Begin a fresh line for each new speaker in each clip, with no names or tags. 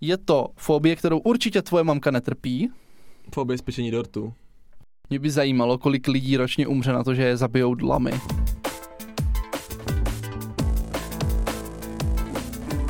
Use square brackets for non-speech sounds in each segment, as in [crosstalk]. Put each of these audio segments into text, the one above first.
Je to fobie, kterou určitě tvoje mamka netrpí.
Po obezpečení dortu.
Mě by zajímalo, kolik lidí ročně umře na to, že je zabijou dlamy.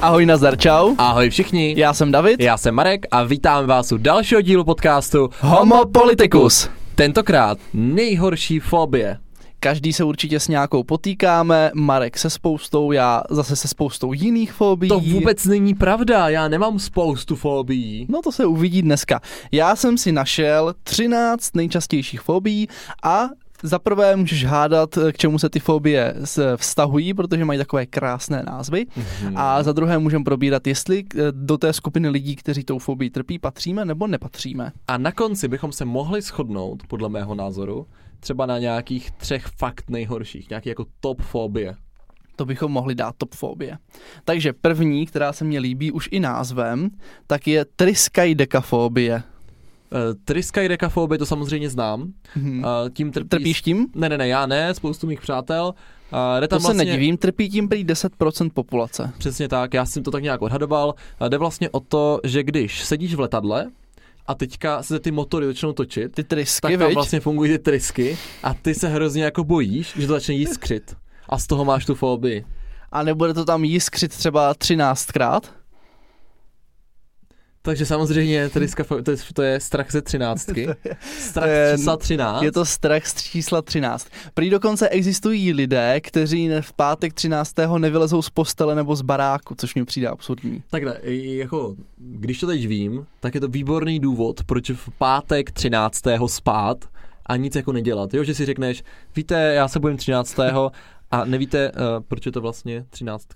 Ahoj Nazar, čau.
Ahoj všichni.
Já jsem David.
Já jsem Marek a vítám vás u dalšího dílu podcastu
Homo Politicus.
Tentokrát nejhorší fobie.
Každý se určitě s nějakou potýkáme, Marek se spoustou, já zase se spoustou jiných fobií.
To vůbec není pravda, já nemám spoustu fobií.
No to se uvidí dneska. Já jsem si našel 13 nejčastějších fobií a za prvé můžeš hádat, eh, k čemu se ty fobie s- eh, vztahují, protože mají takové krásné názvy.
Mhm.
A za druhé můžeme probírat, jestli k- do té skupiny lidí, kteří tou fobii trpí, patříme nebo nepatříme.
A na konci bychom se mohli shodnout, podle mého názoru, třeba na nějakých třech fakt nejhorších, nějaký jako top fobie.
To bychom mohli dát top fobie. Takže první, která se mně líbí už i názvem, tak je triskaidekafobie.
Uh, Triskaidekafobie to samozřejmě znám.
Hmm.
Uh, tím trpí...
Trpíš tím?
Ne, ne, ne, já ne, spoustu mých přátel. Uh, jde
To
tam
se
vlastně...
nedivím, trpí tím prý 10% populace.
Přesně tak, já jsem to tak nějak odhadoval. A Jde vlastně o to, že když sedíš v letadle a teďka se ty motory začnou točit,
Ty
tak
trysky,
tam
viď?
vlastně fungují ty trysky a ty se hrozně jako bojíš, že to začne jiskřit. A z toho máš tu fobii.
A nebude to tam jiskřit třeba 13krát?
Takže samozřejmě tryska, to, je, to je strach ze třináctky. Strach
[laughs] to je-
čísla třináct.
Je to strach z čísla 13. Prý dokonce existují lidé, kteří ne- v pátek 13. nevylezou z postele nebo z baráku, což mi přijde absurdní.
Takhle, i- jako, když to teď vím, tak je to výborný důvod, proč v pátek 13. spát a nic jako nedělat. Jo, že si řekneš, víte, já se bojím 13. a nevíte, uh, proč je to vlastně 13.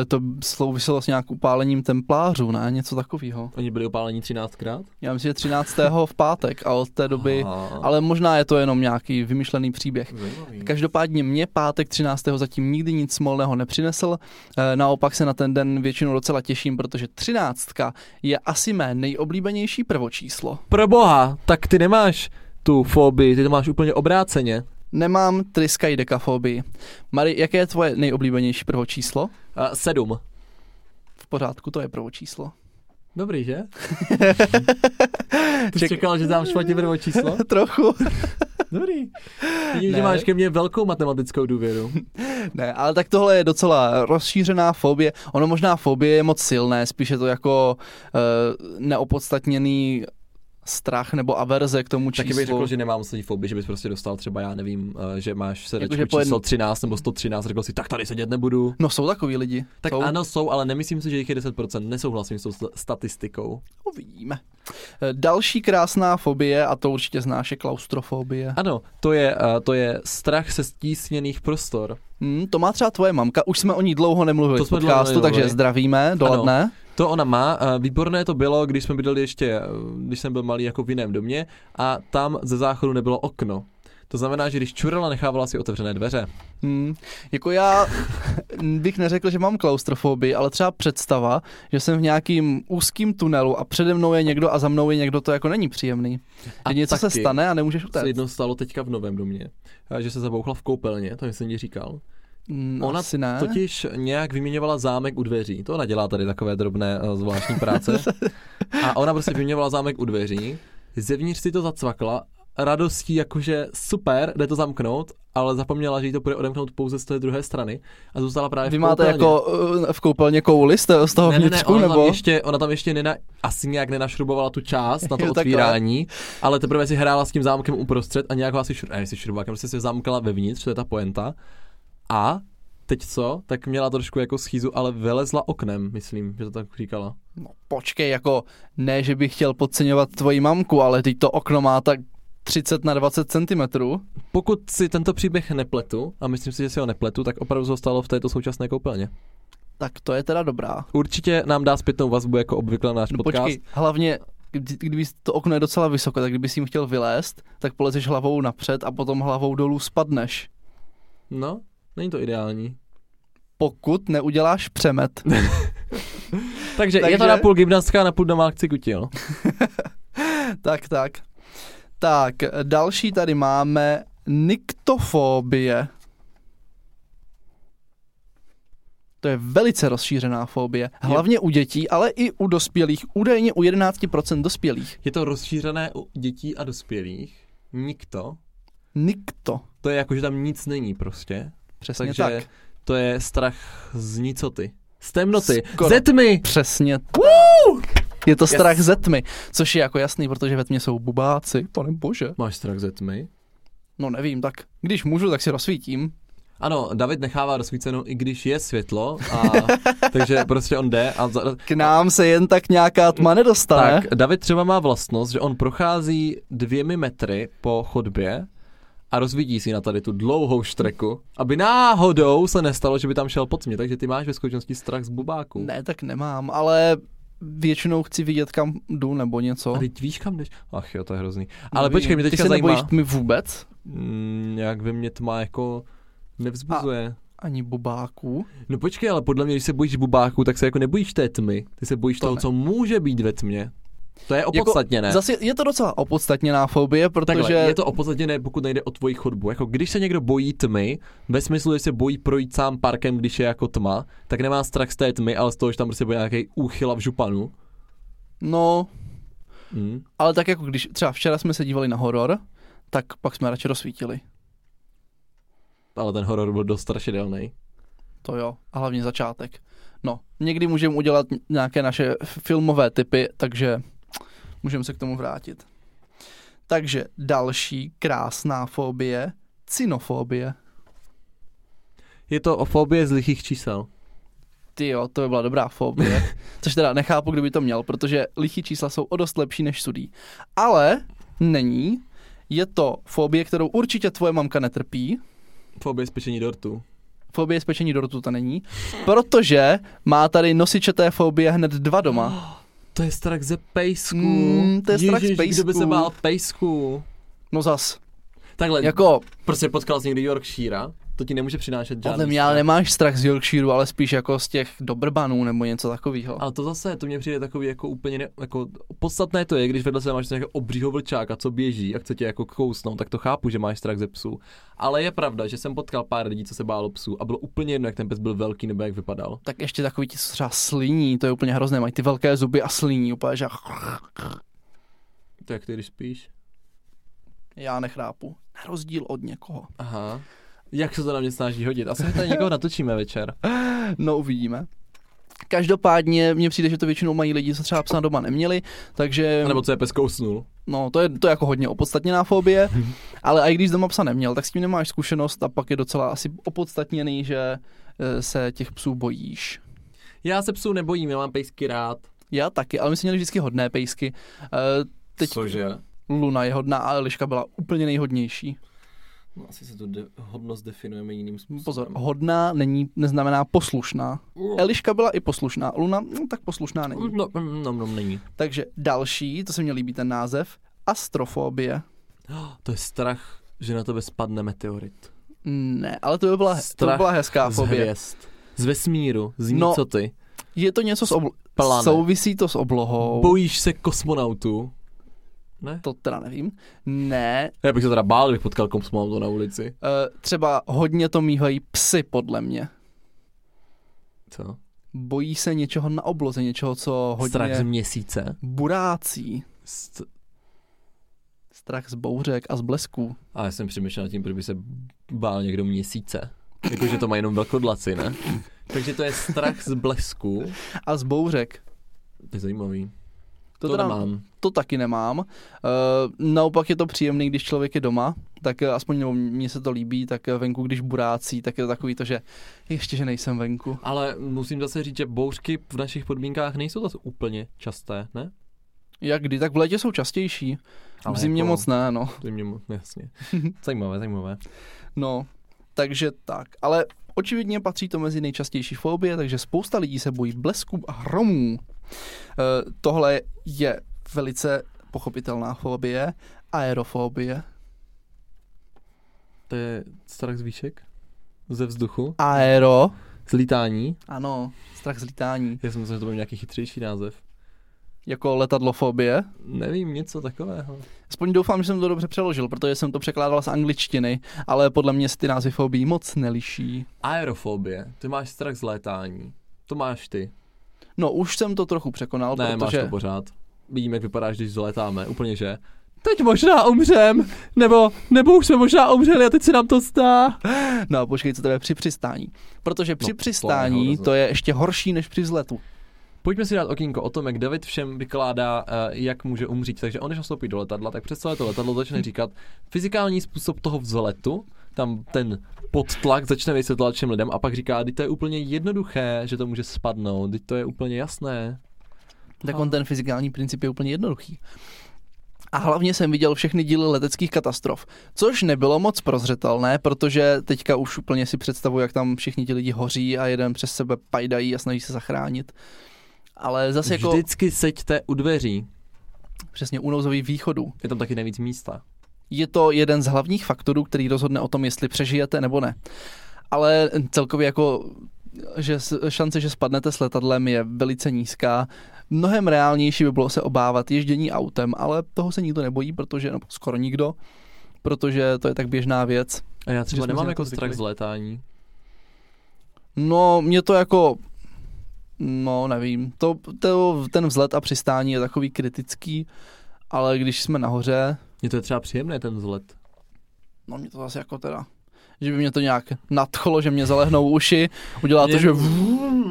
E, to souviselo s nějak upálením templářů, ne? Něco takového.
Oni byli opáleni 13krát.
Já myslím, že 13. v pátek a od té doby...
Ale...
Ale možná je to jenom nějaký vymyšlený příběh. Každopádně mě pátek 13. zatím nikdy nic molného nepřinesl, e, naopak se na ten den většinou docela těším, protože 13. je asi mé nejoblíbenější prvočíslo.
Pro boha, tak ty nemáš tu fobii, ty to máš úplně obráceně.
Nemám triskaidekafobii. Mary, jaké je tvoje nejoblíbenější prvočíslo?
Uh, sedm.
V pořádku, to je prvočíslo. [laughs]
Dobrý, že? [laughs] Ty jsi
Ček-
čekal, že dám špatně prvo číslo?
Trochu.
Dobrý. Vidím,
Ne.
že máš ke mně velkou matematickou důvěru.
Ne, ale tak tohle je docela rozšířená fobie. Ono možná fobie je moc silné, spíše to jako uh, neopodstatněný strach nebo averze k tomu číslu.
Taky bych řekl, že nemám svůj fobii, že bys prostě dostal třeba, já nevím, eh, že máš sedačku
Jakože po
jako,
jedn-
číslo 13 nebo 113 a řekl si, tak tady sedět nebudu.
No jsou takový lidi.
Tak
jsou.
ano, jsou, ale nemyslím si, že jich je 10%, nesouhlasím s tou sta- statistikou.
Uvidíme. Eh, Další krásná fobie, a to určitě znáš, je klaustrofobie.
Ano, to je, eh, to je strach se stísněných prostor.
Hmm, to má třeba tvoje mamka, už jsme o ní dlouho nemluvili
To
v
jsme dlouho
podcastu, takže
nemluvili.
zdravíme, doladne.
To ona má, eh, výborné to bylo, když jsme bydleli ještě, eh, když jsem byl malý jako v jiném domě a tam ze záchodu nebylo okno. To znamená, že když čurala, nechávala si otevřené dveře.
Hmm. Jako já [laughs] bych neřekl, že mám klaustrofobii, ale třeba představa, že jsem v nějakým úzkým tunelu a přede mnou je někdo a za mnou je někdo, to jako není příjemný.
A
Že něco se
taky-
stane a nemůžeš
To se
utéct.
jednou stalo teďka v novém domě, eh, že se zabouchla v koupelně, to jsem ti říkal.
Hmm,
Ona
asi ne.
Totiž nějak vyměňovala zámek u dveří. To ona dělá tady takové drobné eh, zvláštní práce. A ona prostě vyměňovala zámek u dveří. Zevnitř si to zacvakla radostí, jakože super, jde to zamknout, ale zapomněla, že jí to bude odemknout pouze z té druhé strany a zůstala právě
Vy
v
máte
koupelně.
jako eh, v koupelně kouli z toho- z toho
ne, ne, ne,
vnitřku,
ona, tam
nebo?
ještě, ona tam ještě nena, asi nějak nenašrubovala
[laughs]
tu část na to
Jo, takhle.
otvírání, ale teprve si hrála s tím zámkem uprostřed a nějak ho asi šru, ne, si šrubákem, prostě se zamkla vevnitř, to je ta poenta. A teď co? Tak měla trošku jako schýzu, ale vylezla oknem, myslím, že to tak říkala.
No, počkej, jako ne, že bych chtěl podceňovat tvoji mamku, ale teď to okno má tak 30 na 20 cm.
Pokud si tento příběh nepletu, a myslím si, že si ho nepletu, tak opravdu zostalo v této současné koupelně.
Tak to je teda dobrá.
Určitě nám dá zpětnou vazbu jako obvykle na náš
No,
podcast.
počkej, hlavně, kdy- kdyby to okno je docela vysoko, tak kdyby si jim chtěl vylézt, tak polezeš hlavou napřed a potom hlavou dolů spadneš.
No, není to ideální.
Pokud neuděláš přemet.
Takže,
[laughs]
je
Takže-
to na půl gymnastka a na půl domácí kutil.
tak, tak. Tak, další tady máme niktofobie. To je velice rozšířená fobie, hlavně u dětí, ale i u dospělých, údajně u 11% dospělých.
Je to rozšířené u dětí a dospělých. Nikto.
Nikto.
To je jako, že tam nic není prostě.
Přesně
Takže
tak.
to je strach z nicoty. Z temnoty.
Skoro.
Ze tmy.
Přesně. Je to strach ze tmy, což je jako jasný, protože ve tmě jsou bubáci, pane bože.
Máš strach ze tmy?
No nevím, tak když můžu, tak si rozsvítím.
Ano, David nechává rozsvícenou, i když je světlo, a, [laughs] takže prostě on jde a za,
K nám se jen tak nějaká tma nedostane.
Tak, David třeba má vlastnost, že on prochází dvěmi metry po chodbě a rozvidí si na tady tu dlouhou štreku, aby náhodou se nestalo, že by tam šel pod mě, takže ty máš ve skutečnosti strach z bubáků.
Ne, tak nemám, ale většinou chci vidět, kam jdu nebo něco.
A teď víš, kam jdeš? Ach jo, to je hrozný. Ale
Nevím.
počkej, mě
No Ty
teďka
se
zajímá,
nebojíš mi vůbec?
mm, jak ve mě tma jako nevzbuzuje.
Ani bubáků.
No počkej, ale podle mě, když se bojíš bubáků, tak se jako nebojíš té tmy. Ty se bojíš
To
toho,
ne.
co může být ve tmě. To je opodstatněné.
Jako Zase je to docela opodstatněná fobie, protože...
Takhle, je to opodstatněné, pokud nejde o tvoji chodbu. Jako když se někdo bojí tmy, ve smyslu, že se bojí projít sám parkem, když je jako tma, tak nemá strach z té tmy, ale z toho, že tam prostě bude nějaký úchyla v županu.
No,
Mm.
ale tak jako když třeba včera jsme se dívali na horor, tak pak jsme radši rozsvítili.
Ale ten horor byl dost strašidelný.
To jo, a hlavně začátek. No, někdy můžeme udělat nějaké naše filmové typy, takže můžeme se k tomu vrátit. Takže další krásná fobie, cinofobie.
Je to o fobie z lichých čísel.
Ty jo, to by byla dobrá
[laughs]
fobie. Což teda nechápu, kdo by to měl, protože lichý čísla jsou o dost lepší než sudý. Ale není. Je to fobie, kterou určitě tvoje mamka netrpí.
Fobie z pečení dortu.
Fobie z pečení dortu to není. Protože má tady nosiče té fobie hned dva doma.
To je strach ze pejsku.
Mm, to je strach z
Kdo by se
pejsků.
bál pejsku?
No zas.
Takhle, jako...
Jako,
prostě potkal jsi někdy Yorkshire, to ti nemůže přinášet žádný
podle mě ale
strach.
nemáš strach z Yorkshireu, ale spíš jako z těch dobrbanů nebo něco takového.
Ale to zase, to mně přijde takový jako úplně, ne, jako podstatné to je, když vedle sebe máš nějakého obřího vlčáka, co běží a chce tě jako kousnout, tak to chápu, že máš strach ze psů. Ale je pravda, že jsem potkal pár lidí, co se bálo psů a bylo úplně jedno, jak ten pes byl velký nebo jak vypadal.
Tak ještě takový ti co třeba sliní, to je úplně hrozné, mají ty velké zuby a sliní úplně, že
To jak ty, když spíš?
já nechrápu. Na rozdíl od někoho.
Aha. Jak se to na mě snaží hodit? Asi tady někoho natočíme večer.
No uvidíme. Každopádně mně přijde, že to většinou mají lidi, co třeba psa doma neměli, takže
A Nebo co je pes kousnul.
no, to je to je jako hodně opodstatněná
[laughs]
fobie, ale i když doma psa neměl, tak s tím nemáš zkušenost a pak je docela asi opodstatněný, že eh, se těch psů bojíš.
Já se psů nebojím, já mám pejsky rád.
Já taky, ale my jsme měli vždycky hodné pejsky. Eh, Teď
Cože?
Luna je hodná a Eliška byla úplně nejhodnější.
No, asi se tu de- hodnost definujeme jiným způsobem.
Pozor, hodná není, neznamená poslušná. Eliška byla i poslušná, Luna no, tak poslušná není.
No, no, no, není.
Takže další, to se mně líbí ten název, astrofobie.
To je strach, že na tebe spadne meteorit.
Ne, ale to by byla, to by
Strach
byla hezká
Z
fobie.
hvězd. Z vesmíru, z
No,
nicoty.
Je to něco s oblo-
planet.
Souvisí to s oblohou.
Bojíš se kosmonautů? Ne?
to teda nevím. Ne,
Já bych se teda bál, kdybych potkal kosmonautu na ulici.
e, třeba hodně to míhají psy, podle mě.
Co?
Bojí se něčeho na obloze, něčeho, co hodně
Strach z měsíce.
burácí.
St-
Strach z bouřek a z blesků.
a já jsem přemýšlel nad tím, proč by se bál někdo měsíce. Jakože to má jenom velkodlaci, ne? [laughs] Takže to je strach z blesku.
A z bouřek.
To je zajímavý.
To, to
To, to
teda
nemám.
to taky nemám. Uh, naopak je to příjemný, když člověk je doma, tak eh, aspoň nebo mně se to líbí, tak eh, venku, když burácí, tak je to takový to, že ještě, že nejsem venku.
Ale musím zase říct, že bouřky v našich podmínkách nejsou zase úplně časté, ne?
Jak kdy, tak v létě jsou častější,
Ale
v zimě
jako-
moc ne, no.
To mě mo- jasně. [laughs] Zajímavé, zajímavé.
no. Takže tak, ale očividně patří to mezi nejčastější fobie, takže spousta lidí se bojí blesků a hromů. Eh, tohle je velice pochopitelná fobie, aerofobie.
To je strach z výšek? Ze vzduchu?
Aero,
Z lítání?
ano, strach z lítání.
Já jsem myslel, že to byl nějaký chytřejší název.
Jako letadlofobie.
Nevím, něco takového.
Aspoň doufám, že jsem to dobře přeložil, protože jsem to překládal z angličtiny, ale podle mě se ty názvy fobií moc neliší.
Aerofobie. Ty máš strach z létání. To máš ty.
No, už jsem to trochu překonal,
Ne, máš
protože...
to pořád. Vidíme, jak vypadáš, když zletáme. Úplně, že? Teď možná umřem, nebo, nebo už jsme možná umřeli a teď se nám to zdá.
No, počkej, co to je při přistání. Protože při
No, to je
přistání
hrozné.
to je ještě horší než při vzletu.
Pojďme si dát okýnko o tom, jak David všem vykládá, eh, jak může umřít. Takže on, když nastoupí do letadla, tak přes celé to letadlo
Hm.
začne říkat fyzikální způsob toho vzletu, tam ten podtlak začne vysvětlovat všem lidem a pak říká, teď to je úplně jednoduché, že to může spadnout, teď to je úplně jasné.
Tak
Ano.
on ten fyzikální princip je úplně jednoduchý. A hlavně jsem viděl všechny díly leteckých katastrof, což nebylo moc prozřetelné, protože teďka už úplně si představuji, jak tam všichni ti lidi hoří a jeden přes sebe pajdají a snaží se zachránit. Ale zase jako
Vždycky seďte u dveří,
přesně u nouzových východů.
je tam taky nejvíc místa.
Je to jeden z hlavních faktorů, který rozhodne o tom, jestli přežijete nebo ne. Ale celkově jako že s- šance, že spadnete s letadlem je velice nízká. Mnohem reálnější by bylo se obávat ježdění autem, ale toho se nikdo nebojí, protože, nebo skoro nikdo, protože to je tak běžná věc.
A já
Že
třeba
jsme si
nemám
na
jako
to
strach
zvykli.
z létání.
No, mě to jako, no nevím, to, to, ten vzlet a přistání je takový kritický, ale když jsme nahoře,
Mně to je třeba příjemné ten vzlet.
No mě to zase jako teda, že by mě to nějak nadchlo, že mě zalehnou uši, udělá to,
Mě-
že...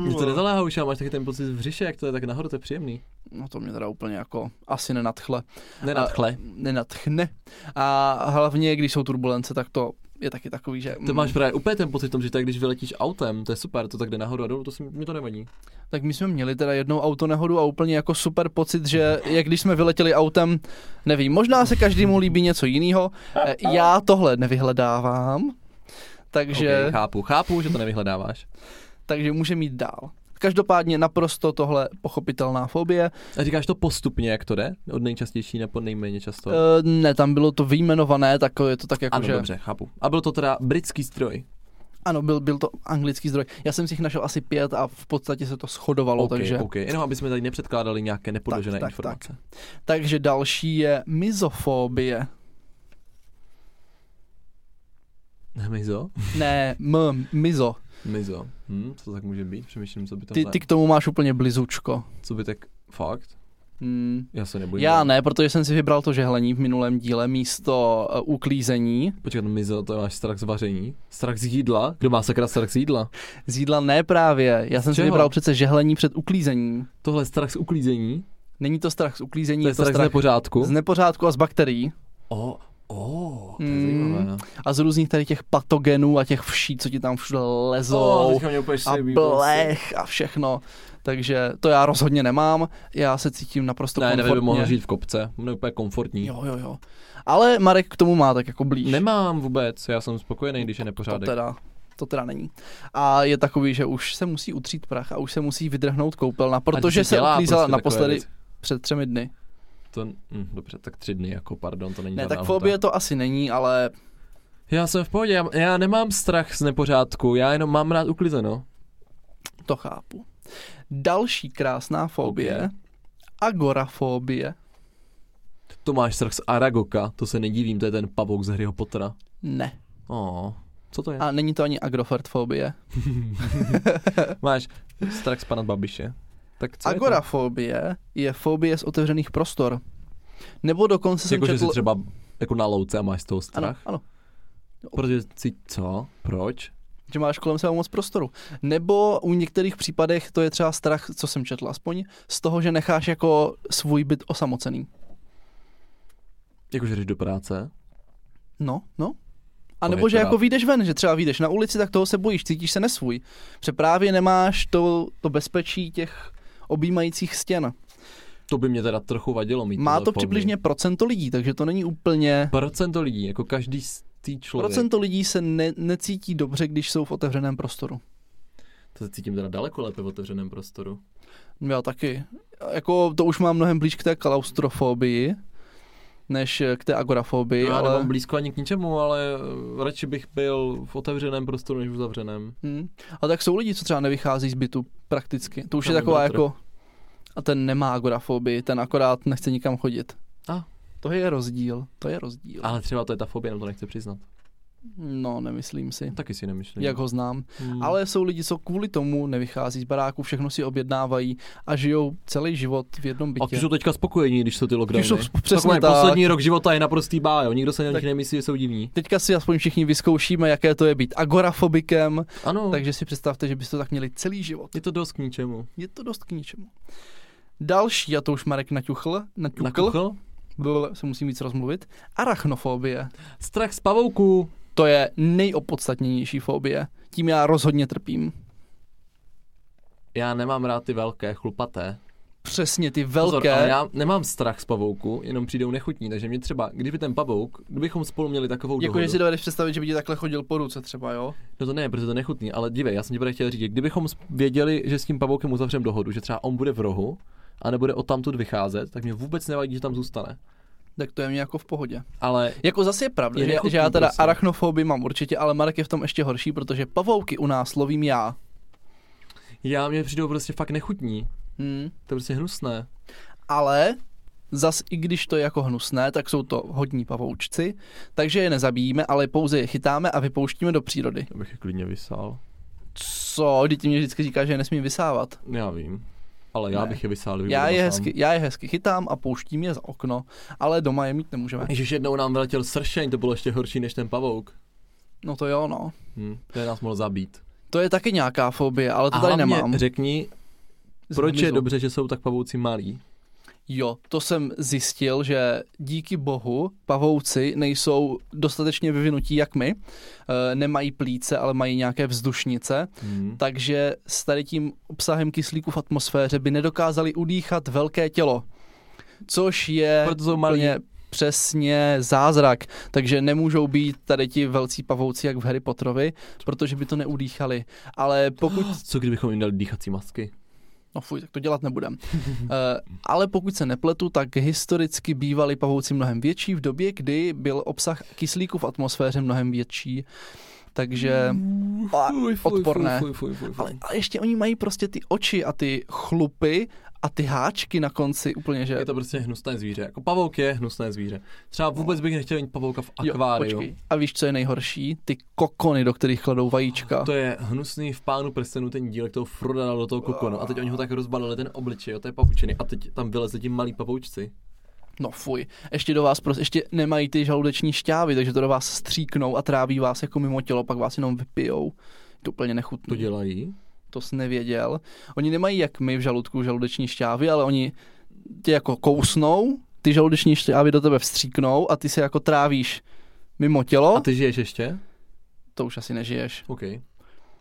Mně to nezaléhá už, a máš taky ten pocit v břiše, jak to je tak nahoru, to je příjemný.
No to mě teda úplně jako asi nenadchle.
Nenadchle.
Nenadchne. A hlavně, když jsou turbulence, tak to je taky takový, že...
To
mm,
máš právě úplně ten pocit v tom, že tak když vyletíš autem, to je super, to tak jde nahoru a dolů, to si, mi to nevadí.
Tak my jsme měli teda jednou autonehodu a úplně jako super pocit, že jak když jsme vyletěli autem, nevím, možná se každému líbí něco jiného. E, Já tohle nevyhledávám, takže...
Okay, chápu, chápu, že to nevyhledáváš.
takže můžeme jít dál. Každopádně naprosto tohle pochopitelná fobie.
A říkáš to postupně, jak to jde? Od nejčastější na po nejméně často.
E, ne, tam bylo to vyjmenované, tak je to tak jako,
ano,
že...
dobře, chápu. A byl to teda britský stroj.
Ano, byl, byl to anglický zdroj. Já jsem si jich našel asi pět a v podstatě se to shodovalo,
OK,
takže...
OK, jenom aby jsme tady nepředkládali nějaké nepodložené
Tak, tak,
informace. Tak.
Takže další je mizofobie.
[laughs] Mizo?
Ne, m, mizo.
Mizo. Hm, co to tak může být? Přemýšlím, co by to
Ty, ty k tomu máš úplně blizučko.
Co by tak... Fakt?
Hmm.
Já se nebojím.
Já ne, protože jsem si vybral to žehlení v minulém díle místo eh, uklízení.
Počkat, mizo, to máš strach z vaření? Strach z jídla? Kdo má sakra strach z jídla?
Z jídla ne právě. Já jsem si
čeho?
vybral přece žehlení před uklízením.
Tohle je strach z uklízení?
Není to strach z uklízení,
To je
je to
strach z nepořádku?
z nepořádku a z bakterií.
O, o, to je
Mm.
zajímavé. no.
A z různých tady těch patogenů a těch vší, co ti tam všude lezou.
teďka mě úplně
a
šibí,
blech a všechno. Takže to já rozhodně nemám. Já se cítím naprosto
Ne, nevím, by
komfortně.
mohl žít v kopce, mne úplně komfortní.
jo, jo, jo. Ale Marek k tomu má tak jako blíž.
Nemám vůbec, já jsem spokojený, když
to
je nepořádek.
teda, to teda není. A je takový, že už se musí utřít prach a už se musí vydrhnout koupelna,
A když
protože se
dělá
uklízela
prostě takové
naposledy
věci.
před třemi dny.
To, hm, dobře, tak tři dny, jako pardon, to není
Ne,
žádná
tak
lhůta.
fobie to asi není, ale
Já jsem v pohodě, já, já nemám strach z nepořádku, já jenom mám rád uklizeno.
to chápu. Další krásná fobie,
Ok.
agorafobie.
To máš strach z Aragoka, to se nedivím, to je ten pavouk z Harryho Pottera.
Ne.
Oh, co to je?
A není to ani agrofertfobie.
Máš strach z pana Babiše. Tak co Je
Agorafobie je fobie z otevřených prostor. Nebo dokonce
to?
jsem
Jako, že
četl...
jsi třeba jako na louce a máš z toho strach?
ano, ano,
Protože si co? Proč?
že máš kolem sebe moc prostoru. Nebo u některých případech to je třeba strach, co jsem četl aspoň, z toho, že necháš jako svůj byt osamocený.
Jakože jdeš do práce?
No, no. A
To je
nebo že
teda-
jako vyjdeš ven, že třeba vyjdeš na ulici, tak toho se bojíš, cítíš se nesvůj. Protože právě nemáš to, to bezpečí těch objímajících stěn.
To by mě teda trochu vadilo mít.
Má
tuhle
to
fobii.
přibližně procento lidí, takže to není úplně...
Procento lidí, jako každý z tý člověk. Procent...
Procento lidí se ne, necítí dobře, když jsou v otevřeném prostoru.
To se cítím teda daleko lépe v otevřeném prostoru.
Já taky. Jako to už mám mnohem blíž k té klaustrofobii, než eh, k té agorafobii,
Já ale...
ale...
nemám blízko ani k ničemu, ale eh, radši bych byl v otevřeném prostoru než v uzavřeném.
Hm. Hmm. A tak jsou lidi, co třeba nevychází z bytu prakticky. To už
Tam
je
je
taková
bratr.
jako A ten nemá agorafobii, ten akorát nechce nikam chodit.
A.
To je rozdíl, to je rozdíl.
Ale třeba to je ta fobie, nebo to nechce přiznat.
No, nemyslím si.
Taky si nemyslím.
Jak ho znám.
Hmm.
Jako- Ale jsou lidi, co kvůli tomu nevychází z baráku, všechno si objednávají a žijou celý život v jednom
A ty
bytě.
jsou teďka spokojení, když jsou ty lockdowny.
Ty jsou
tak
přesně
mají
tak.
poslední rok života je naprostý bá, jo. Nikdo se na nich
Tak-
nemyslí, že jsou divní.
Teďka si aspoň všichni vyzkoušíme, jaké to je být agorafobikem,
Ano, takže...
takže si představte, že byste to tak měli celý život.
je to dost k ničemu.
Je to dost k ničemu. Další, a to už Marek naťuchl,
Na
naťukl,
kuchl?
Bl, se musím víc rozmluvit, arachnofobie.
Strach z pavouků.
To je nejopodstatnější fobie. Tím já rozhodně trpím.
Já nemám rád ty velké, chlupaté.
Přesně ty
Pozor,
velké.
ale já nemám strach z pavouku, jenom přijdou nechutní, takže mě třeba, kdyby ten pavouk, kdybychom spolu měli takovou
Jako,
dohodu,
že si dovedeš představit, že by ti takhle chodil po ruce třeba, jo?
No to ne, protože to je nechutný, ale dívej, já jsem ti právě chtěl říct, že kdybychom s- věděli, že s tím pavoukem uzavřem dohodu, že třeba on bude v rohu a nebude od tamtud vycházet, tak mě vůbec nevadí, že tam zůstane.
Tak to je mě jako v pohodě.
Ale
Jako zase je pravda,
Je
že,
nechutný
že já teda
prostě.
arachnofobii mám určitě, ale Marek je v tom ještě horší, protože pavouky u nás lovím já.
já mě přijdou prostě fakt nechutní.
Hmm.
To je prostě hnusné.
Ale zas i když to je jako hnusné, tak jsou to hodní pavoučci, takže je nezabíjíme, ale pouze je chytáme a vypouštíme do přírody.
Já bych je klidně vysál.
Co? Děti mě vždycky říká, že je nesmím vysávat.
Já vím. Ale já
Ne.
ne. bych je vysál. kdyby
Já
byl
je,
sám.
hezky, já je hezky chytám a pouštím je za okno, ale doma je mít nemůžeme.
Ježiš, jednou nám vyletěl sršeň, to bylo ještě horší než ten pavouk.
No to jo, no.
Hm, ten nás mohl zabít.
To je taky nějaká fobie, ale to
a
tady
hlavně
nemám.
řekni, proč je
Zmizu.
dobře, že jsou tak pavouci malí.
Jo, to jsem zjistil, že díky bohu pavouci nejsou dostatečně vyvinutí jak my, e, nemají plíce, ale mají nějaké vzdušnice,
Hm.
takže s tady tím obsahem kyslíku v atmosféře by nedokázali udýchat velké tělo, což je
Proto jsou malí.
úplně přesně zázrak, takže nemůžou být tady ti velcí pavouci jak v Harry Potterovi, protože by to neudýchali, ale
[gasps]
pokud
Co kdybychom jim dali dýchací masky?
No fuj, tak to dělat nebudem. uh, ale pokud se nepletu, tak historicky bývali pavouci mnohem větší v době, kdy byl obsah kyslíku v atmosféře mnohem větší. Takže... A,
Fuj, fuj,
odporné.
Fuj, fuj, fuj, fuj,
ale,
fuj.
ale ještě oni mají prostě ty oči a ty chlupy a ty háčky na konci úplně, že...
Je to prostě hnusné zvíře. Jako pavouk je hnusné zvíře. Třeba vůbec bych nechtěl mít pavouka v akváriu.
počkej. A víš, co je nejhorší? Ty kokony, do kterých kladou vajíčka.
to je hnusný v pánu prstenů ten dílek toho Froda dal do toho kokonu a teď oni ho tak rozbalili ten obličej, jo, to je pavučiny a teď tam vylezli ti malí pavoučci.
No fuj, ještě do vás prostě, ještě nemají ty žaludeční šťávy, takže to do vás stříknou a tráví vás jako mimo tělo, pak vás jenom vypijou. Je to úplně nechutné.
To dělají?
to jsi nevěděl. Oni nemají jak my v žaludku žaludeční šťávy, ale oni tě jako kousnou, ty žaludeční šťávy do tebe vstříknou a ty se jako trávíš mimo tělo.
A ty žiješ ještě?
To už asi nežiješ.
OK.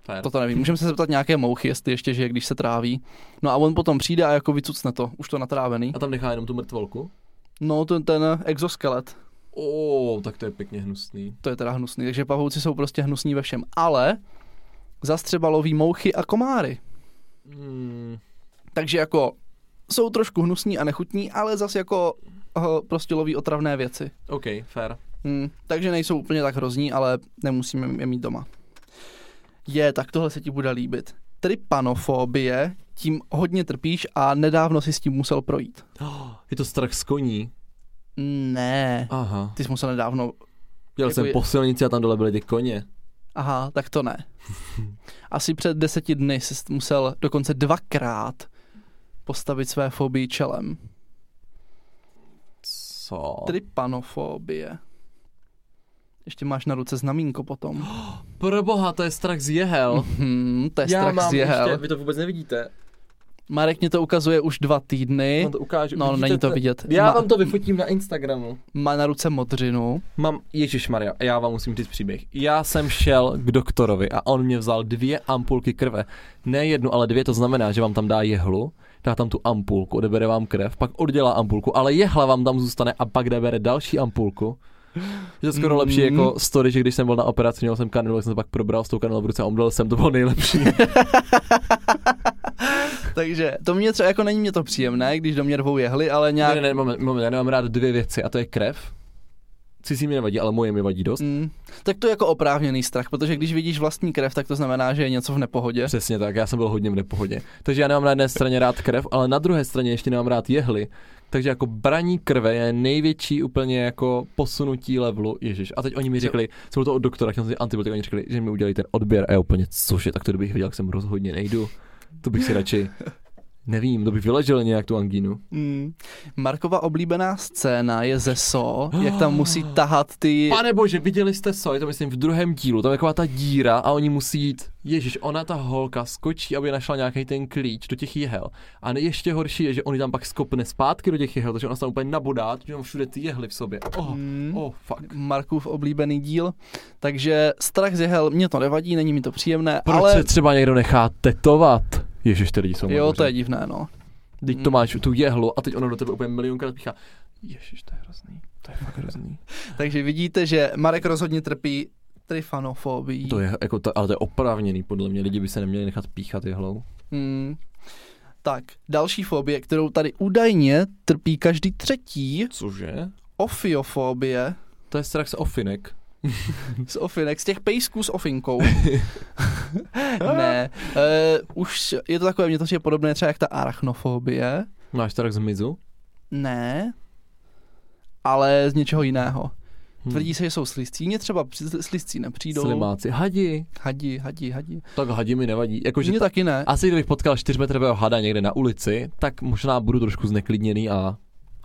Fair.
To to nevím. Můžeme se zeptat nějaké mouchy, jestli ještě žije, když se tráví. No a on potom přijde a jako vycucne to, už to natrávený.
A tam nechá jenom tu mrtvolku?
No ten, ten exoskelet,
O, oh, tak to je pěkně hnusný.
to je teda hnusný, takže pavouci jsou prostě hnusní ve všem. Ale zas třeba loví mouchy a komáry.
Hmm.
Takže jako jsou trošku hnusní a nechutní, ale zase jako eh, prostě loví otravné věci.
OK, fair.
Hmm, takže nejsou úplně tak hrozní, ale nemusíme je mít doma. Je, tak tohle se ti bude líbit. Trypanofobie, tím hodně trpíš a nedávno si s tím musel projít.
Oh, [gasps] je to strach z koní.
Ne,
Aha.
ty jsi musel nedávno,
Jel
Jako
jsem
je-
po silnici a tam dole byly ty koně.
aha, tak to ne. Asi před deseti dny jsi musel dokonce dvakrát postavit své fobii čelem.
Co?
Trypanofobie. Ještě máš na ruce znamínko potom.
[gasps] Proboha, to je strach z jehel.
Hmm, to je strach z jehel.
vy to vůbec nevidíte.
Marek mě to ukazuje už dva týdny.
to ukážu.
No,
Vidíte
není to
ten-
vidět.
Já
Má-
vám to vyfotím na Instagramu.
Má na ruce modřinu.
Mám, Ježíš Maria, já vám musím říct příběh. Já jsem šel k doktorovi a on mě vzal dvě ampulky krve. Ne jednu, ale dvě, to znamená, že vám tam dá jehlu, dá tam tu ampulku, odebere vám krev, pak oddělá ampulku, ale jehla vám tam zůstane a pak odebere další ampulku. Je to skoro
Mm.
lepší jako story, že když jsem byl na operaci, měl jsem kanilu, tak jsem to pak probral s tou kanilou v ruce a omdlel jsem, to bylo nejlepší.
Takže to mě třeba jako není mě to příjemné, když do mě rvou jehly, ale
Ne,
nějak...
ne, ne, moment, moment, já nemám rád dvě věci a to je krev Cizí mi nevadí, ale moje mi vadí dost.
Mm. Tak to je jako oprávněný strach, protože když vidíš vlastní krev, tak to znamená, že je něco v nepohodě.
Přesně tak, já jsem byl hodně v nepohodě. Takže já nemám na jedné straně rád krev, ale na druhé straně ještě nemám rád jehly. Takže jako braní krve je největší úplně jako posunutí levelu, ježiš. A teď oni mi řekli, jsem byl to od doktora, chtěl jsem si antibiotik, oni řekli, že mi udělají ten odběr a já úplně, cože, tak to bych viděl, jak jsem rozhodně nejdu. To bych si radši, nevím, to by vyležel nějak tu angínu.
Mm. Markova oblíbená scéna je ze So, jak tam
[gasps]
musí tahat ty...
Pane bože, viděli jste co, je to myslím v druhém dílu, tam je taková ta díra a oni musí jít, ježiš, ona ta holka skočí, aby našla nějaký ten klíč do těch jehel. A ne- ještě horší je, že oni tam pak skopne zpátky do těch jehel, takže ona se tam úplně nabodá, že tam všude ty jehly v sobě. Oh,
Mm.
oh, fuck.
Markův oblíbený díl, takže strach z jehel, mě to nevadí, není mi to příjemné,
Proč
ale
se třeba někdo nechá tetovat? Ježiš, ty lidi jsou
jo, to
magoři.
je divné, no.
Teď to máš tu jehlu a teď ono do tebe úplně milionkrát píchá. Ježiš, to je hrozný. To je fakt hrozný.
Takže vidíte, že Marek rozhodně trpí trifanofobií.
To je jako, ta, ale to je oprávněný, podle mě. Lidi by se neměli nechat píchat jehlou.
Hmm. Tak, další fobie, kterou tady údajně trpí každý třetí,
Cože?
ofiofobie,
To je strach z ofinek.
z ofinek, z těch pejsků s ofinkou. ne, e, už je to takové, mě to je podobné třeba jak ta arachnofobie.
Máš strach z mizu?
Ne, ale z něčeho jiného.
Hm.
Tvrdí se, že jsou slizcíně, třeba při- slizcí nepřijdou.
Slimáci. Hadi.
Hadi, hadi, hadi.
Tak hadi mi nevadí. Jakože
Mně
ta...
taky ne.
Asi kdybych potkal čtyřmetrového hada někde na ulici, tak možná budu trošku zneklidněný a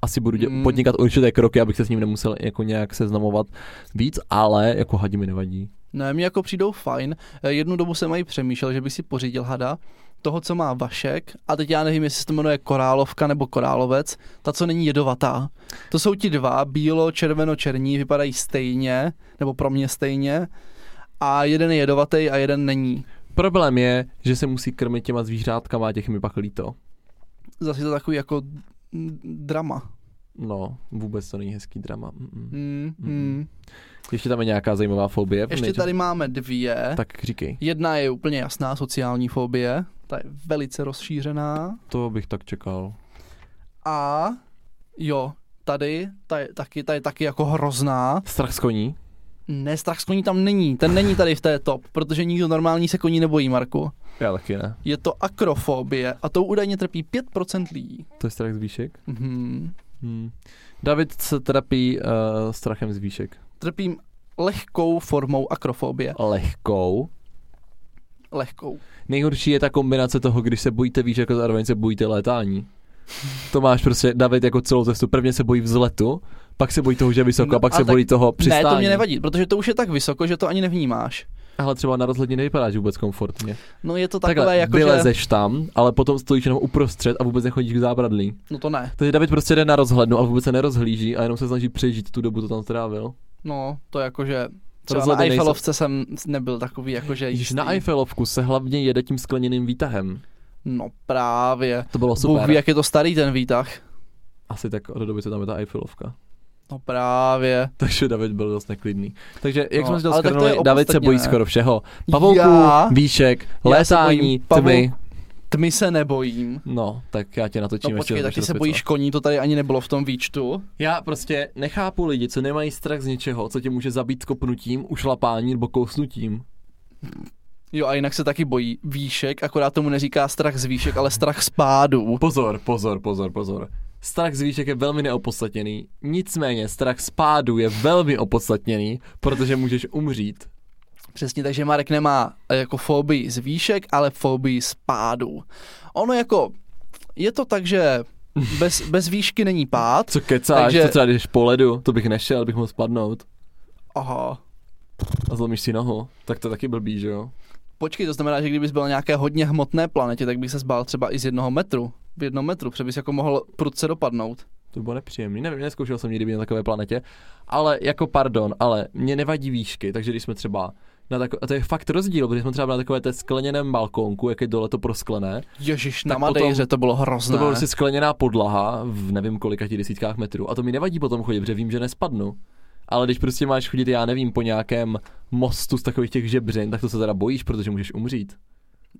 asi budu dě-
Mm.
podnikat určité kroky, abych se s ním nemusel jako nějak seznamovat víc, ale jako hadi mi nevadí.
Ne, mi jako přijdou fajn. Eh, Jednu dobu jsem mají přemýšlel, že bych si pořídil hada, toho, co má Vašek, a teď já nevím, jestli se to jmenuje korálovka nebo korálovec, ta, co není jedovatá. To jsou ti dva, bílo, červeno, černí, vypadají stejně, nebo pro mě stejně, a jeden je jedovatý a jeden není.
Problém je, že se musí krmit těma zvířátkama a těch mi pak líto.
Zase je to takový jako mm, drama.
No, vůbec to není hezký drama. Mm-mm.
Mm,
Mm.
mm.
Ještě tam je nějaká zajímavá fobie.
Ještě
Nejčas-
tady máme dvě.
Tak říkej.
Jedna je úplně jasná, sociální fobie, ta je velice rozšířená.
To bych tak čekal.
A jo, tady, ta je taky, ta je taky jako hrozná.
Strach z koní?
Ne, strach z koní tam není, ten není tady v té top, protože nikdo normální se koní nebojí, Marku.
Já taky ne.
Je to akrofobie a tou údajně trpí 5% lidí.
To je strach z výšek?
Mhm.
Hmm. David se trapí uh, strachem z výšek.
Trpím lehkou formou akrofobie.
Lehkou.
Lehkou.
Nejhorší je ta kombinace toho, když se bojíte výšek a zároveň se bojíte létání. To máš prostě David jako celou cestu. Prvně se bojí vzletu, pak se bojí toho, že je vysoko,
No,
a pak
a
se
tak-
bojí toho přistání.
Ne, to mě nevadí, protože to už je tak vysoko, že to ani nevnímáš.
Ale třeba na rozhledně nevypadáš vůbec komfortně.
No je to takové
Takhle,
jako, že...
vylezeš tam, ale potom stojíš jenom uprostřed a vůbec nechodíš k zábradlí.
No to ne.
Takže David prostě jde na rozhlednu a vůbec se nerozhlíží a jenom se snaží přežít tu dobu, co tam strávil.
No, to jako, že... Třeba na
rozhodně nejsou-
Eiffelovce jsem nebyl takový, jako že
Ježíš,
jistý.
na Eiffelovku se hlavně jede tím skleněným výtahem.
No právě.
To bylo
Bůh
super.
ví, jak je to starý ten výtah.
Asi tak od doby, co tam je ta Eiffelovka. [laughs]
No právě.
Takže David byl dost neklidný. Takže jak
No,
jsme si to
ale tak to
skrnuli,
je
David se
opodstatněné.
bojí skoro všeho. Pavouků,
Já?
výšek,
se
létání,
bojím
tmy.
Tmy se nebojím.
No, tak já tě natočím.
No
ještě
počkej,
budeš
tak ty se
rozpitvat.
bojíš koní, to tady ani nebylo v tom výčtu.
Já prostě nechápu lidi, co nemají strach z něčeho, co tě může zabít kopnutím, ušlapáním nebo kousnutím.
Jo a jinak se taky bojí výšek, akorát tomu neříká strach z výšek, ale strach z pádů.
Pozor, pozor, pozor, pozor. Strach z výšek je velmi neopodstatněný, nicméně strach z pádu je velmi opodstatněný, protože můžeš umřít.
Přesně, takže Marek nemá eh, jako fobii z výšek, ale fobii z pádů. Ono jako, je to tak, že
[laughs]
bez, bez výšky není pád.
Co kecáš,
Takže-
Takže... co třeba jdeš po ledu, to bych nešel, bych mohl spadnout
Aha.
a zlomíš si nohu, tak to taky blbý, že jo?
Počkej, to znamená, že kdybys byl na nějaké hodně hmotné planetě, tak bych se zbál třeba i z jednoho metru. V jednom metru, protože bys jako mohl prudce dopadnout.
To bylo nepříjemný, nevím, neskoušel jsem nikdy být na takové planetě, ale jako pardon, ale mě nevadí výšky, takže když jsme třeba na tako- a to je fakt rozdíl, protože jsme třeba na takové té skleněném balkónku, jak je dole to prosklené,
Ježíš, na
Tak
Madejře
potom-
to bylo hrozné.
To byla prostě skleněná podlaha v nevím kolika ti desítkách metrů. A to mi nevadí potom chodit, protože vím, že nespadnu. Ale když prostě máš chodit, já nevím, po nějakém mostu z takových těch žebřin, tak to se teda bojíš, protože můžeš umřít.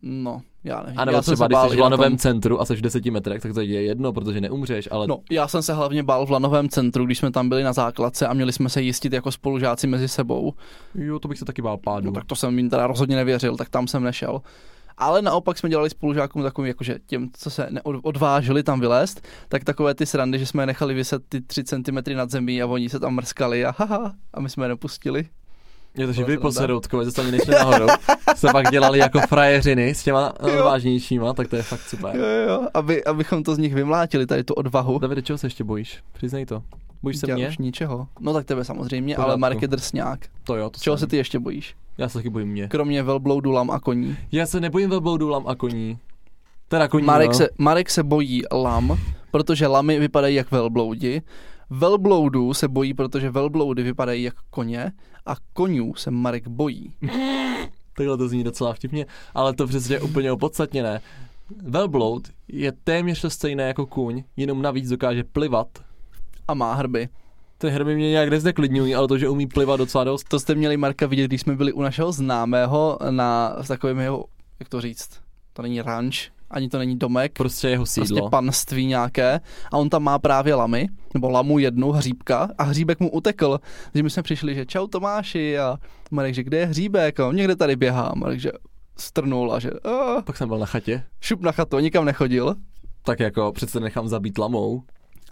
No, já nevím.
A nebo
já jsem se
třeba, když
bál
jsi
i
v
na
lanovém
tom-
centru a jsi v deseti metrech, tak to je jedno, protože neumřeš, ale
No, já jsem se hlavně bál v lanovém centru, když jsme tam byli na základce a měli jsme se jistit jako spolužáci mezi sebou.
jo, to bych se taky bál pádu.
No, tak to jsem jim teda rozhodně nevěřil, tak tam jsem nešel. Ale naopak jsme dělali spolužákům takovým, jakože těm, co se neodvážili tam vylézt, tak takové ty srandy, že jsme je nechali vyset ty 3 cm nad zemí a oni se tam mrskali a haha, a my jsme je nepustili.
Je to, že
Byla
vy
sranda.
po Seroutkové zase ani nešli [laughs] nahoru, se pak dělali jako frajeřiny s těma eh, vážnějšíma, tak to je fakt
Jo,
super.
jo, jo, aby, abychom to z nich vymlátili, tady tu odvahu.
Davide, čeho se ještě bojíš? Přiznej to. Bojíš se
Já
mě?
Už ničeho. No tak tebe samozřejmě,
Pořádku.
ale Marek je drsňák.
To jo, to
Čeho se
jsem.
ty ještě bojíš?
Já se taky bojím mě.
Kromě velbloudu, lam a koní.
Já se nebojím velbloudu lam a koní. Teda koní,
Marek
no.
se, Marek se bojí lam, protože lamy vypadají jak velbloudi. Velbloudů se bojí, protože velbloudy vypadají jak koně a konňů se Marek bojí.
Takhle to zní docela vtipně, ale to přesně úplně opodstatněné. Velbloud je téměř to stejné jako kůň, jenom navíc dokáže plivat.
A má hrby.
Ty hry mě nějak nezdeklidňují, ale to, že umí plivat docela dost,
To jste měli Marka vidět, když jsme byli u našeho známého na v takovém jeho, jak to říct, to není ranč, ani to není domek,
prostě jeho sídlo.
prostě panství nějaké a on tam má právě lamy, nebo lamu jednu, hříbka a hříbek mu utekl. Takže my jsme přišli, že čau Tomáši a Marek, že kde je hříbek? A on někde tady běhá. Marek, že strnul a že "A,
Pak jsem byl na chatě,
šup na chatu, nikam nechodil.
tak jako přece nechám zabít lamou.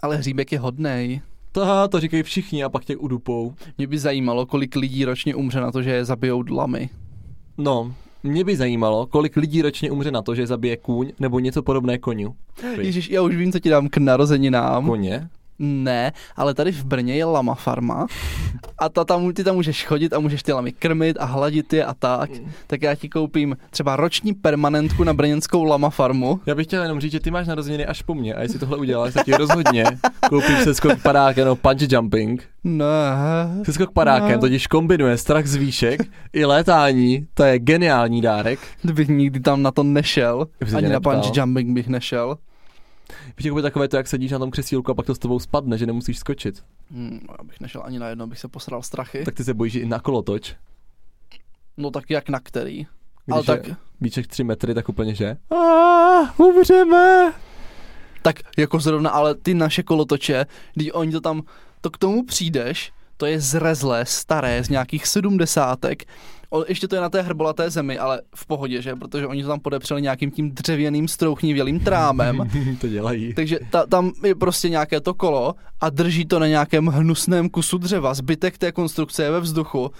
Ale hříbek je hodnej.
Ta, to říkají všichni a pak tě udupou.
Mě by zajímalo, kolik lidí ročně umře na to, že je zabijou lamy.
No, mě by zajímalo, kolik lidí ročně umře na to, že zabije kůň nebo něco podobné koniu. Prý.
Ježíš, já už vím, co ti dám k narozeninám.
Koně?
Ne, ale tady v Brně je lama farma a ta tam, ty tam můžeš chodit a můžeš ty lamy krmit a hladit je a tak.
Mm.
Tak já ti koupím třeba roční permanentku na brněnskou lama farmu.
Já bych chtěl jenom říct, že ty máš narozeniny až po mně a jestli tohle uděláš, tak ti rozhodně koupím se skok padákem, no punch jumping.
Ne.
Se skok
No.
padákem totiž kombinuje strach z výšek i létání, to je geniální dárek.
Bych nikdy tam na to nešel.
Kdyby se tě
Ani na
neptal.
punch jumping bych nešel.
Víš, jakoby takové to, jak sedíš na tom křesílku a pak to s tebou spadne, že nemusíš skočit.
Hmm, já bych nešel ani na jedno, bych se posral strachy.
Tak ty se bojíš i na kolotoč.
No tak jak na který?
Když
ale
je
tak,
Bíček 3 metry, tak úplně že? Ah, umřeme!
tak jako zrovna, ale ty naše kolotoče, když oni to tam, to k tomu přijdeš, to je zrezlé, staré, z nějakých sedmdesátek. O, ještě to je na té hrbolaté zemi, ale v pohodě, že? Protože oni to tam podepřeli nějakým tím dřevěným strouchnivělým trámem.
[laughs] to dělají.
Takže ta, tam je prostě nějaké to kolo a drží to na nějakém hnusném kusu dřeva. Zbytek té konstrukce je ve vzduchu.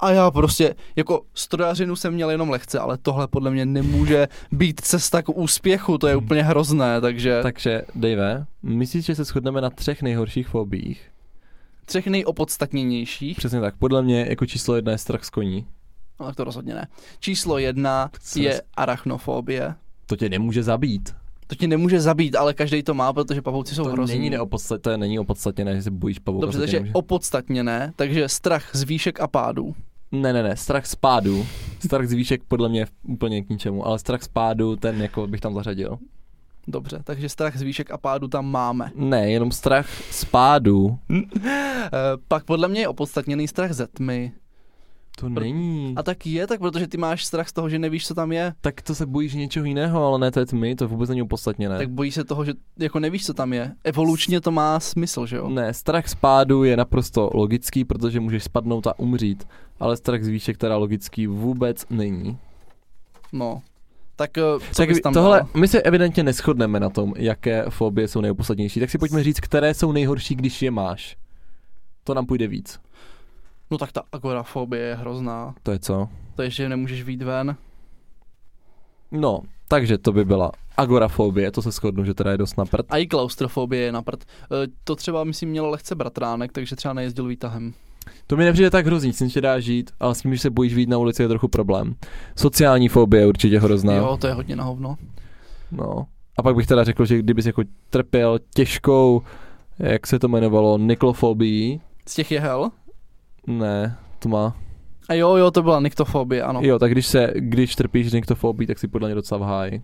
A já prostě, jako strojařinu jsem měl jenom lehce, ale tohle podle mě nemůže být cesta k úspěchu, to je úplně hrozné, takže tak.
Takže, Dave, myslíš, že se shodneme na třech nejhorších fobích?
třech nejopodstatněnějších,
Přesně tak. Podle mě jako číslo jedna je strach z koní.
no tak to rozhodně ne. Číslo jedna
co
je
jest?
arachnofobie.
To tě nemůže zabít.
To ti nemůže zabít, ale každý to má, protože pavouci jsou
To
hrozný.
není, neopodstat, to není opodstatněné, že se bojíš pavouka.
Dobře,
to tě
takže
nemůže-
opodstatněné, takže strach z výšek a pádů.
Ne, ne, ne, strach z pádu. Strach z výšek podle mě je úplně k ničemu, ale strach z pádu, ten jako bych tam zařadil.
Dobře, takže strach z výšek a pádů tam máme.
Ne, jenom strach z pádu.
Eh, pak podle mě je opodstatněný strach ze tmy.
To
Pr-
není.
A tak je, tak protože ty máš strach z toho, že nevíš, co tam je.
Tak to se bojíš něčeho jiného, ale ne té tmy, to vůbec není opodstatněné.
Tak bojíš se toho, že jako nevíš, co tam je. Evolučně to má smysl, že jo?
Ne, strach z pádu je naprosto logický, protože můžeš spadnout a umřít, ale strach z výšek teda logický vůbec není.
No. Tak eh, co
tak
bys tam
tohle,
dal?
my se evidentně neschodneme na tom, jaké fobie jsou nejopodstatnější, tak si pojďme říct, které jsou nejhorší, když je máš. To nám půjde víc.
No tak ta agorafobie je hrozná.
To je co?
To je, že nemůžeš výjít ven.
No, takže to by byla agorafobie, to se shodnu, že teda je dost na prd.
A i klaustrofobie je na prd. Eh, To třeba, myslím, mělo lehce bratránek, takže třeba nejezdil výtahem.
To mi nepřijde tak hrozný, s tím se dá žít, ale s tím, že se bojíš vyjít na ulici, je trochu problém. Sociální fobie je určitě hrozná.
No. Jo, to je hodně na hovno.
No. A pak bych teda řekl, že kdybys jako trpěl těžkou, jak se to jmenovalo, niklofobii,
Z těch jehel?
ne, to má.
A jo, jo, to byla nyktofobie, ano. Jo.
Jo, tak když, se, když trpíš niklofobii, tak si podle mě docela v háji.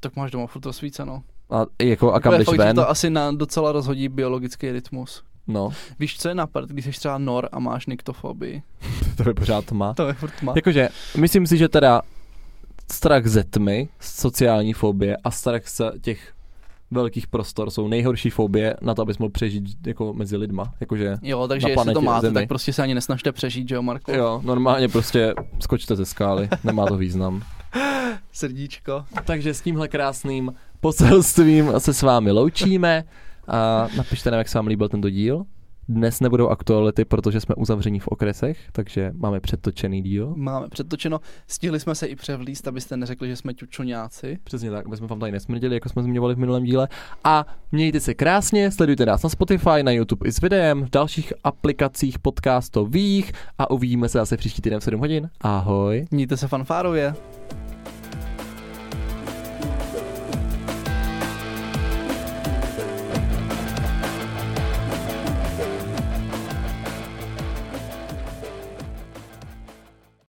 Tak máš doma furt osvíceno.
A, jako, a kam
Bude
jdeš
fakt, že
ven?
To asi na, docela rozhodí biologický rytmus.
No, [laughs]
Víš, co je na prd, když jsi třeba nor a máš niktofobii?
to je pořád tma.
To je furt tma.
Jakože, myslím si, že teda strach ze tmy, sociální fobie a strach z těch velkých prostor jsou nejhorší fobie na to, abys mohl přežít jako mezi lidma. Jakože,
Jo, takže
Na
jestli to
planetě
máte,
Zemi.
tak prostě se ani nesnažte přežít, že jo, Marku?
jo, normálně prostě skočte ze skály, nemá to význam.
Srdíčko.
Takže s tímhle krásným poselstvím se s vámi loučíme a napište nám, jak se vám líbil tento díl. Dnes nebudou aktuality, protože jsme uzavření v okresech, takže máme předtočený díl.
Máme předtočeno. Stihli jsme se i převlíst, abyste neřekli, že jsme čučuňáci.
Přesně tak, aby jsme vám tady nesmrdili, jako jsme zmiňovali v minulém díle. A mějte se krásně, sledujte nás na Spotify, na YouTube i s videem, v dalších aplikacích podcastových a uvidíme se zase příští týden v 7 hodin. Ahoj.
Mějte se fanfárově.